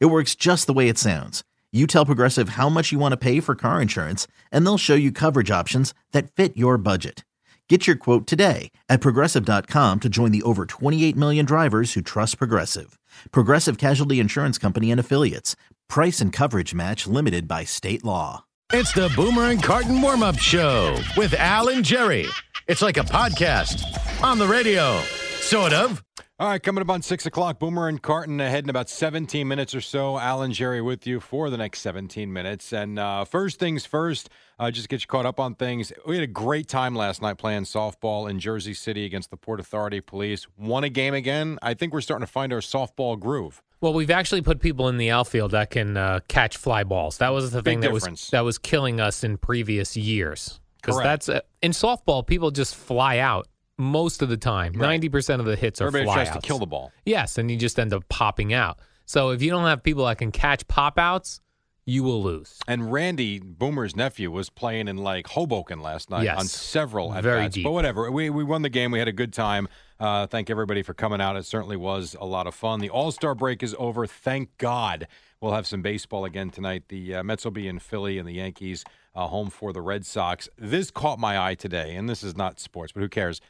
It works just the way it sounds. You tell Progressive how much you want to pay for car insurance, and they'll show you coverage options that fit your budget. Get your quote today at progressive.com to join the over 28 million drivers who trust Progressive. Progressive Casualty Insurance Company and Affiliates. Price and coverage match limited by state law. It's the Boomer and Carton warm up show with Al and Jerry. It's like a podcast on the radio, sort of. All right, coming up on 6 o'clock, Boomer and Carton ahead in about 17 minutes or so. Alan Jerry with you for the next 17 minutes. And uh, first things first, uh, just get you caught up on things. We had a great time last night playing softball in Jersey City against the Port Authority Police. Won a game again. I think we're starting to find our softball groove. Well, we've actually put people in the outfield that can uh, catch fly balls. That was the Big thing that difference. was that was killing us in previous years. Because Correct. that's uh, in softball, people just fly out most of the time. Ninety percent of the hits are Everybody fly tries outs. to kill the ball. Yes, and you just end up popping out. So if you don't have people that can catch pop outs, you will lose. And Randy Boomer's nephew was playing in like Hoboken last night Yes. on several at Very bats. deep. But whatever, we we won the game. We had a good time. Uh, thank everybody for coming out. It certainly was a lot of fun. The All Star break is over. Thank God. We'll have some baseball again tonight. The uh, Mets will be in Philly, and the Yankees uh, home for the Red Sox. This caught my eye today, and this is not sports, but who cares?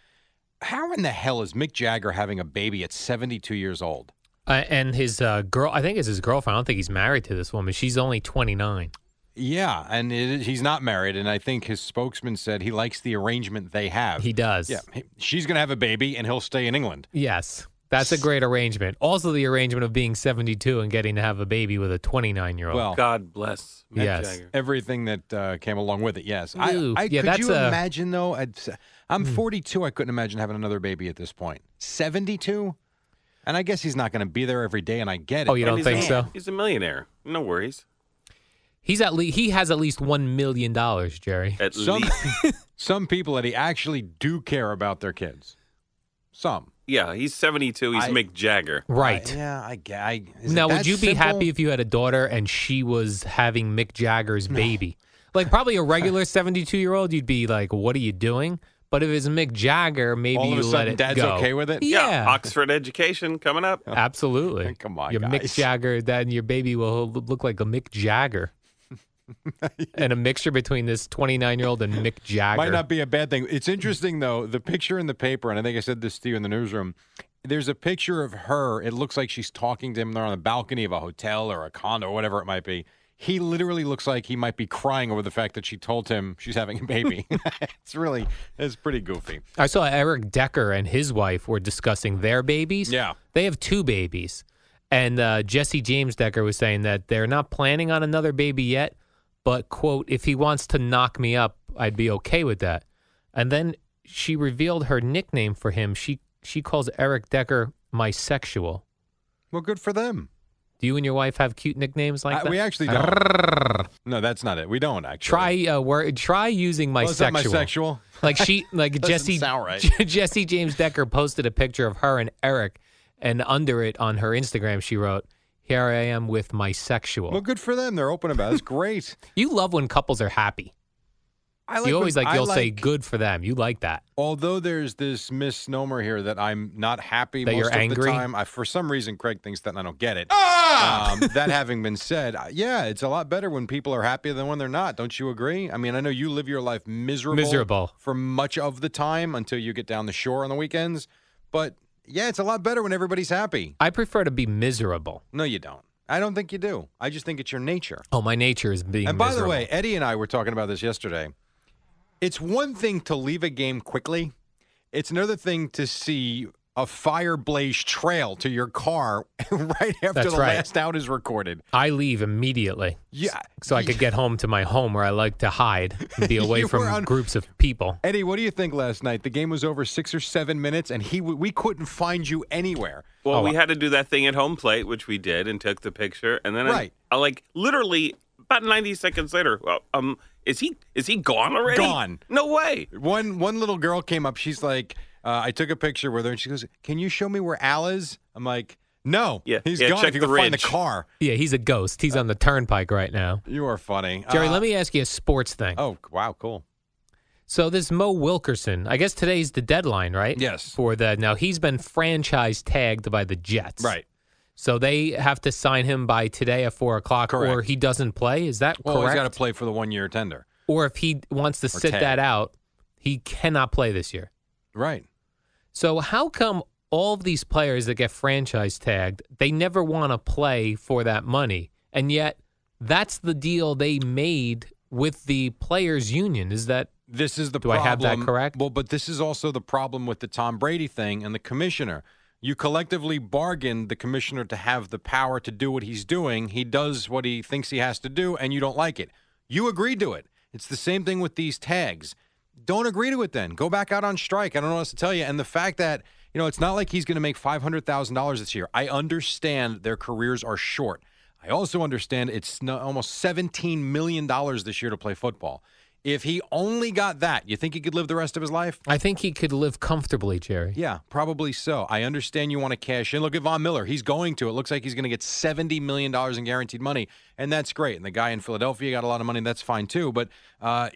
How in the hell is Mick Jagger having a baby at 72 years old? Uh, and his uh, girl, I think it's his girlfriend. I don't think he's married to this woman. She's only twenty nine. Yeah, and it, he's not married, and I think his spokesman said he likes the arrangement they have. He does. Uh, Yeah, he- she's going to have a baby, and he'll stay in England. Yes. That's a great arrangement. Also, the arrangement of being 72 and getting to have a baby with a 29 year old. Well, God bless Mick Oh. Yes. Jagger. everything that uh, came along with it. Yes, I, Ooh, I yeah, could that's you a- Hmm. imagine though? I'd, s- I'm 42. I couldn't imagine having another baby at this point. 72, and I guess he's not going to be there every day, and I get it. Oh, you but don't he's think not- so? He's a millionaire. No worries. He's at least he has at least one million dollars, Jerry. At Some least, some people that he actually do care about their kids. Some. yeah, he's 72. He's I- Mick Jagger. Right. I- yeah, I get. I, is it now, that would you be simple? happy if you had a daughter and she was having Mick Jagger's baby? Like probably a regular 72 year old, you'd be like, "What are you doing?" But if it's Mick Jagger, maybe All of you a let sudden, it dad's go. okay with it? Yeah. Oxford education coming up. Absolutely. Come on, Your guys. Mick Jagger, then your baby will look like a Mick Jagger. And a mixture between this 29 year old and Mick Jagger. Might not be a bad thing. It's interesting though. The picture in the paper, and I think I said this to you in the newsroom. There's a picture of her. It looks like she's talking to him. They're on the balcony of a hotel or a condo, or whatever it might be. He literally looks like he might be crying over the fact that she told him she's having a baby. it's really, it's pretty goofy. I saw Eric Decker and his wife were discussing their babies. Yeah. They have two babies. And uh, Jesse James Decker was saying that they're not planning on another baby yet, but, quote, if he wants to knock me up, I'd be okay with that. And then she revealed her nickname for him. She, she calls Eric Decker my sexual. Well, good for them. Do you and your wife have cute nicknames like I- that? we actually don't. No, that's not it. We don't actually Try uh, word, try using my Well, it's not my sexual. Like she, like Doesn't Jesse, sound right. Jesse James Decker posted a picture of her and Eric, and under it on her Instagram, she wrote, "Here I am with my sexual." Well, good for them. They're open about it. It's great. you love when couples are happy. I you when- always like I you'll say like- good for them. You like that. Although there's this misnomer here that I'm not happy That most you're of the angry? time. I, for some reason, Craig thinks that and I don't get it. Ah! Um, that having been said, I- yeah, it's a lot better when people are happy than when they're not. Don't you agree? I mean, I know you live your life miserable, Miserable. for much of the time until you get down the shore on the weekends. But yeah, it's a lot better when everybody's happy. I prefer to be miserable. No, you don't. I don't think you do. I just think it's your nature. Oh, my nature is being. And by miserable. the way, Eddie and I were talking about this yesterday. It's one thing to leave a game quickly. It's another thing to see a fire blaze trail to your car right after That's the right. last out is recorded. I leave immediately. Yeah. So I could get home to my home where I like to hide and be away You from were on- groups of people. Eddie, what do you think last night? The game was over six or seven minutes, and he w- we couldn't find you anywhere. Well, Oh, we I- had to do that thing at home plate, which we did, and took the picture, and then I- Right. I, like literally about ninety seconds later. Well, um, is he is he gone already? Gone. No way. One one little girl came up. She's like, uh, I took a picture with her, and she goes, "Can you show me where Al is?" I'm like, "No, Yeah, he's yeah, gone. check If you the can find the ridge." car, Yeah, he's a ghost. He's on the turnpike right now. you are funny, Jerry, Uh, let me ask you a sports thing. Oh wow, cool. So this Mo Wilkerson, I guess today's the deadline, right? Yes. For the now he's been franchise tagged by the Jets. Right. So they have to sign him by today at four o'clock, or Correct. he doesn't play. Is that Well, he's correct? got to play for the one year tender. or if he wants to sit tag. that out, he cannot play this year. Right. So how come all of these players that get franchise tagged, they never want to play for that money, and yet that's the deal they made with the players' union? Is that This is the Do I problem. have that correct? Well, but this is also the problem with the Tom Brady thing and the commissioner. You collectively bargained the commissioner to have the power to do what he's doing. He does what he thinks he has to do, and you don't like it. You agreed to it. It's the same thing with these tags. Don't agree to it then. Go back out on strike. I don't know what else to tell you. And the fact that, you know, it's not like he's going to make $500,000 this year. I understand their careers are short. I also understand it's no- almost $17 million this year to play football. If he only got that, you think he could live the rest of his life? I think he could live comfortably, Jerry. Yeah, probably so. I understand you want to cash in. Look at Von Miller. He's going to. It looks like he's going to get $70 million in guaranteed money, and that's great. And the guy in Philadelphia got a lot of money. That's fine too. But uh,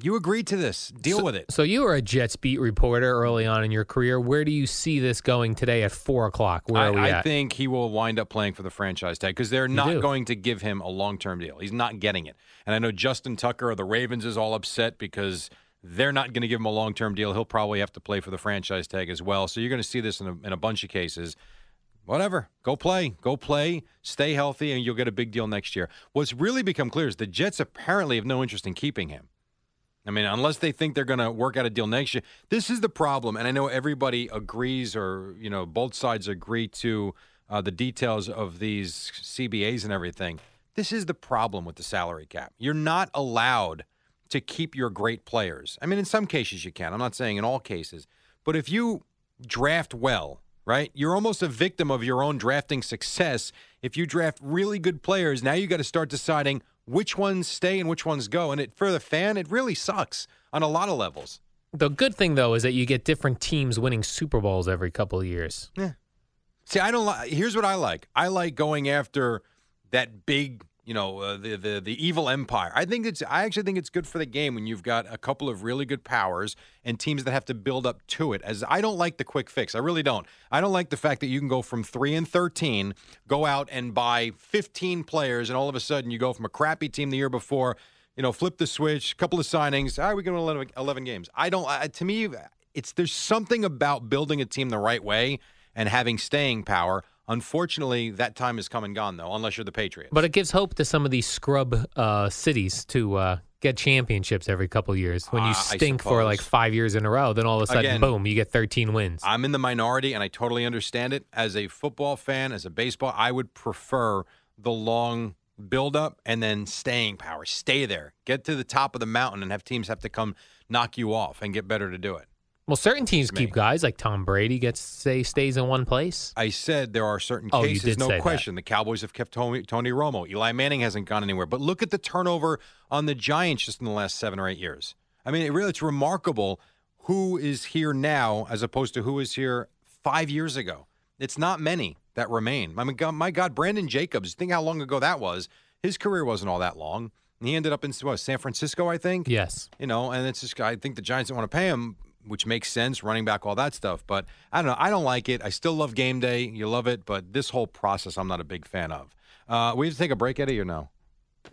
you agreed to this. Deal so, with it. So you were a Jets beat reporter early on in your career. Where do you see this going today at four o'clock? Where I, are we I at? think he will wind up playing for the franchise tag because they're not do. going to give him a long term deal. He's not getting it. And I know Justin Tucker of the Ravens is all upset because they're not going to give him a long term deal. He'll probably have to play for the franchise tag as well. So you're going to see this in a, in a bunch of cases. Whatever. Go play. Go play. Stay healthy, and you'll get a big deal next year. What's really become clear is the Jets apparently have no interest in keeping him. I mean, unless they think they're going to work out a deal next year, this is the problem. And I know everybody agrees, or you know, both sides agree to uh, the details of these CBAs and everything. This is the problem with the salary cap. You're not allowed to keep your great players. I mean, in some cases you can. I'm not saying in all cases, but if you draft well, right? You're almost a victim of your own drafting success. If you draft really good players, now you got to start deciding which ones stay and which ones go. And it for the fan, it really sucks on a lot of levels. the good thing though is that you get different teams winning Super Bowls every couple of years. See, I don't like. Here's what I like. I like going after that big, you know, uh, the the the evil empire. I think it's. I actually think it's good for the game when you've got a couple of really good powers and teams that have to build up to it. As I don't like the quick fix. I really don't. I don't like the fact that you can go from three and thirteen, go out and buy fifteen players, and all of a sudden you go from a crappy team the year before. You know, flip the switch, couple of signings. All right, we can win 11, 11 games. I don't. I, to me, it's there's something about building a team the right way and having staying power. Unfortunately, that time has come and gone, though, unless you're the Patriots. But it gives hope to some of these scrub uh, cities to uh, get championships every couple of years. When Ah, I you stink for like suppose. five years in a row, then all of a sudden, Again- boom, you get 13 wins. I'm in the minority, and I totally understand it. As a football fan, as a baseball, I would prefer the long buildup and then staying power. Stay there, get to the top of the mountain, and have teams have to come knock you off and get better to do it. well, certain teams me. keep guys like Tom Brady gets say stays in one place. I said there are certain Oh, you cases, did no say that. question. The Cowboys have kept Tony, Tony Romo. Eli Manning hasn't gone anywhere. But look at the turnover on the Giants just in the last seven or eight years. I mean, it really it's remarkable who is here now as opposed to who was here five years ago. It's not many that remain. I mean, God, my God, Brandon Jacobs. Think how long ago that was. His career wasn't all that long. And he ended up in what, San Francisco, I think Yes. you know, and it's just I think the Giants don't want to pay him, which makes sense, running back, all that stuff. But I don't know. I don't like it. I still love game day. You love it, but this whole process, I'm not a big fan of. Uh, we have to take a break, Eddie, or no?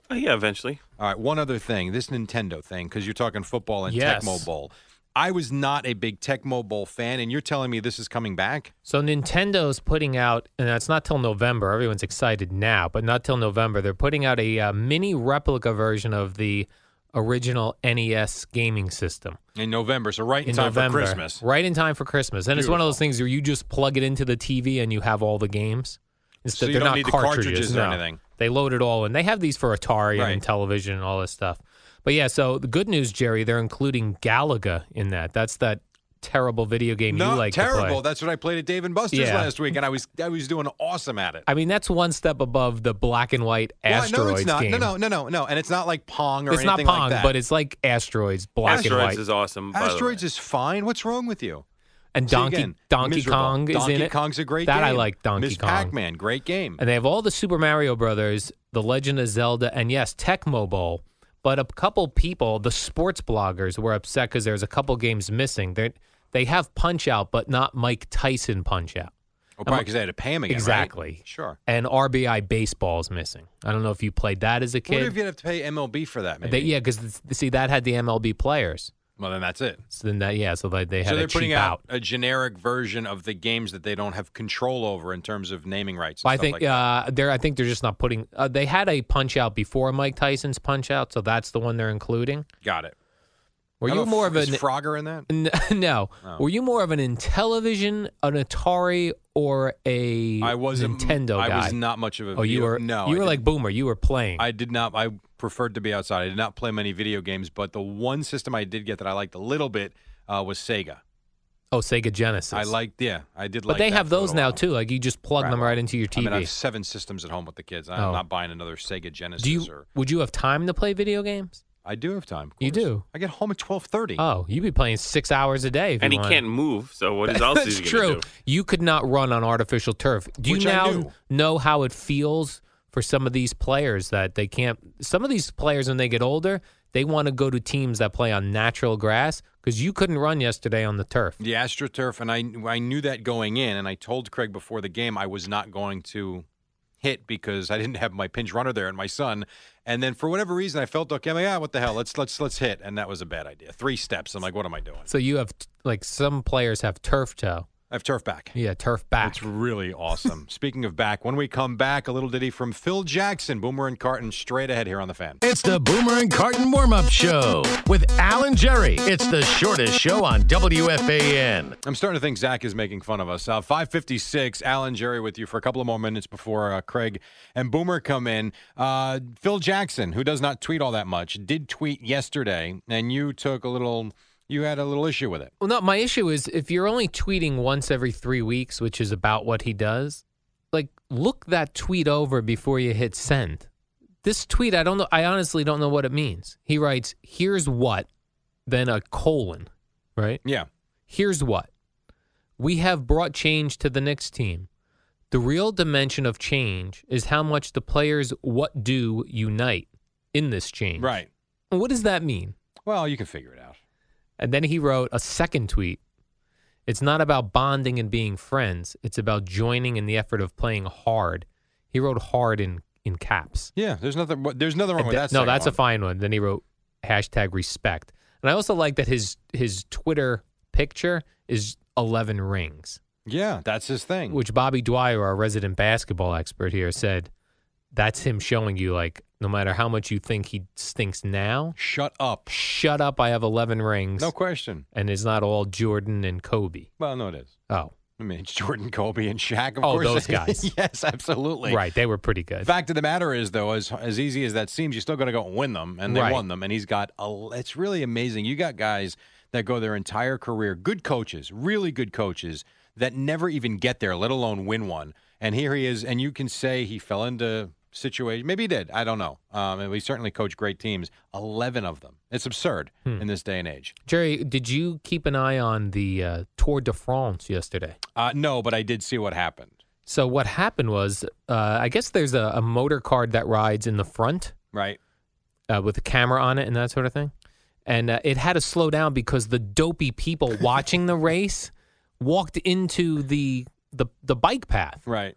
Oh, yeah, eventually. All right, one other thing, this Nintendo thing, because you're talking football and Yes. Tecmo Bowl. I was not a big Tecmo Bowl fan, and you're telling me this is coming back? So Nintendo's putting out, and that's not till November. Everyone's excited now, but not till November. They're putting out a uh, mini replica version of the original NES gaming system in November. So right in, in time November, for Christmas. right in time for Christmas. And it's one of those Beautiful. things where you just plug it into the TV and you have all the games. So Instead, you they're don't not need the cartridges, cartridges or no. anything. They load it all in. They have these for Atari Right. and television and all this stuff. But yeah, so the good news, Jerry, they're including Galaga in that. That's that terrible video game Not you like to play. terrible. That's what I played at Dave and Buster's Yeah. last week, and I was I was doing awesome at it. I mean, that's one step above the black and white Well, asteroids no, it's not. game. No, no, no, no, no. And it's not like Pong or it's not anything Pong, like that. but it's like asteroids, black and white, Asteroids is awesome. by the way. Asteroids is fine. What's wrong with you? and See, Donkey again, Donkey miserable. Kong is Donkey in it. Kong's a great that game. I like Donkey Ms. Kong. Pac-Man, great game. And they have all the Super Mario Brothers, The Legend of Zelda, and yes, Tecmo Bowl. But a couple people, the sports bloggers, were upset because there's a couple games missing. They they have Punch Out, but not Mike Tyson Punch Out, Oh, probably because they had to pay him again. right? Exactly. Sure. and RBI Baseball's missing. I don't know if you played that as a What if kid. you'd have to pay MLB for that? Maybe. They, yeah, because see that had the MLB players. Well, then that's it. So then that yeah, so they, they had So to they're cheap putting out a generic version of the games that they don't have control over in terms of naming rights. And I stuff think like that. uh, they're. I think they're just not putting. Uh, they had a punch out before Mike Tyson's punch out, so that's the one they're including. Got it. Were How you about more Fro- of an is Frogger in that? N- no. Oh. Were you more of an Intellivision, an Atari, or a I was a- Nintendo I guy? was not much of a. oh, you video- were no. You I were like didn't- Boomer. You were playing. I did not. I preferred to be outside. I did not play many video games, but the one system I did get that I liked a little bit uh, was Sega. oh, Sega Genesis. I liked. Yeah, I did. But like they that have for a those little now while. too. Like you just plug Right, them well, right into your I TV. mean, I have seven systems at home with the kids. I'm Oh. not buying another Sega Genesis. do you or would you have time to play video games? I do have time. of You course. do? I get home at twelve thirty. Oh, you'd be playing six hours a day. If and you he wanted. can't move. So what is else That's is he true. gonna do? You could not run on artificial turf. Do you Which I now do. know how it feels for some of these players that they can't? Some of these players, when they get older, they want to go to teams that play on natural grass because you couldn't run yesterday on the turf. The AstroTurf, and I I knew that going in, and I told Craig before the game I was not going to hit because I didn't have my pinch runner there and my son. And then for whatever reason, I felt okay. I'm like, ah, what the hell? Let's let's let's hit, and that was a bad idea. Three steps. I'm like, what am I doing? So you have like some players have turf toe. I have turf back. Yeah, turf back. It's really awesome. Speaking of back, when we come back, a little ditty from Phil Jackson, Boomer and Carton, straight ahead here on the fan. It's the Boomer and Carton warm up show with Al and Jerry. It's the shortest show on WFAN. I'm starting to think Zach is making fun of us. Uh, 556, Alan Jerry with you for a couple of more minutes before uh, Craig and Boomer come in. Uh, Phil Jackson, who does not tweet all that much, did tweet yesterday, and you took a little, you had a little issue with it. Well, no, my issue is if you're only tweeting once every three weeks, which is about what he does, like look that tweet over before you hit send. This tweet, I don't know. I honestly don't know what it means. He writes, here's what, then a colon, right? Yeah. Here's what. We have brought change to the Knicks team. The real dimension of change is how much the players what do unite in this change. Right. What does that mean? Well, you can figure it out. And then he wrote a second tweet. It's not about bonding and being friends. It's about joining in the effort of playing hard. He wrote hard in, in caps. Yeah, there's nothing. There's nothing wrong And with tha- that. no, second that's one. a fine one. Then he wrote hashtag respect. And I also like that his his Twitter picture is eleven rings, Yeah, that's his thing. which Bobby Dwyer, our resident basketball expert here, said that's him showing you like no matter how much you think he stinks now, Shut up. shut up. I have eleven rings, No question. and it's not all Jordan and Kobe. Well, no, it is. Oh, I mean, it's Jordan Colby and Shaq, of Oh, course. those guys. yes, absolutely. right. They were pretty good. Fact of the matter is, though, as as easy as that seems, you still got to go and win them, and they Right. won them. And he's got a. It's really amazing. You got guys that go their entire career, good coaches, really good coaches that never even get there, let alone win one. And here he is, and you can say he fell into situation. Maybe he did. I don't know. Um, and we certainly coached great teams. Eleven of them. It's absurd Hmm. in this day and age. Jerry, did you keep an eye on the uh, Tour de France yesterday? Uh, no, but I did see what happened. So what happened was, uh, I guess there's a, a motor card that rides in the front Right. uh, with a camera on it and that sort of thing, and uh, it had to slow down because the dopey people watching the race walked into the the the bike path. Right.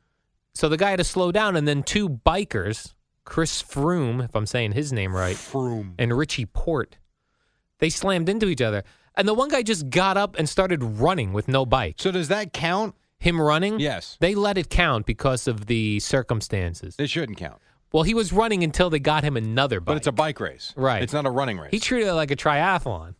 So the guy had to slow down, and then two bikers, Chris Froome, if I'm saying his name right, Froome. and Richie Port, they slammed into each other. And the one guy just got up and started running with no bike. So does that count? Him running? Yes. They let it count because of the circumstances. It shouldn't count. Well, he was running until they got him another bike. But it's a bike race. Right. It's not a running race. He treated it like a triathlon.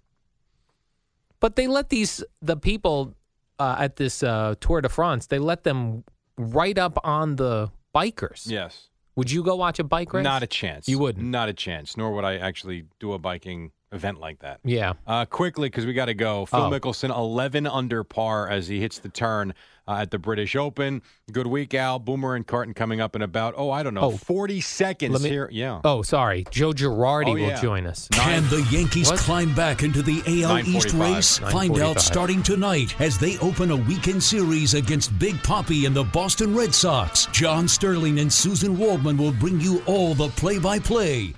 But they let these the people uh, at this uh, Tour de France. They let them right up on the bikers. yes. Would you go watch a bike race? Not a chance. You wouldn't. Not a chance. Nor would I actually do a biking event like that. Yeah. Uh, quickly, because we got to go. Phil Oh. Mickelson, 11 under par as he hits the turn uh, at the British Open. Good week, Al. Boomer and Carton coming up in about, oh, I don't know, Oh. 40 seconds Let me- here. Yeah. Oh, sorry. Joe Girardi Oh, will yeah. join us. Can the Yankees What? climb back into the AL East 9:45. race? Find out 9:45. starting tonight as they open a weekend series against Big Poppy and the Boston Red Sox. John Sterling and Susan Waldman will bring you all the play by play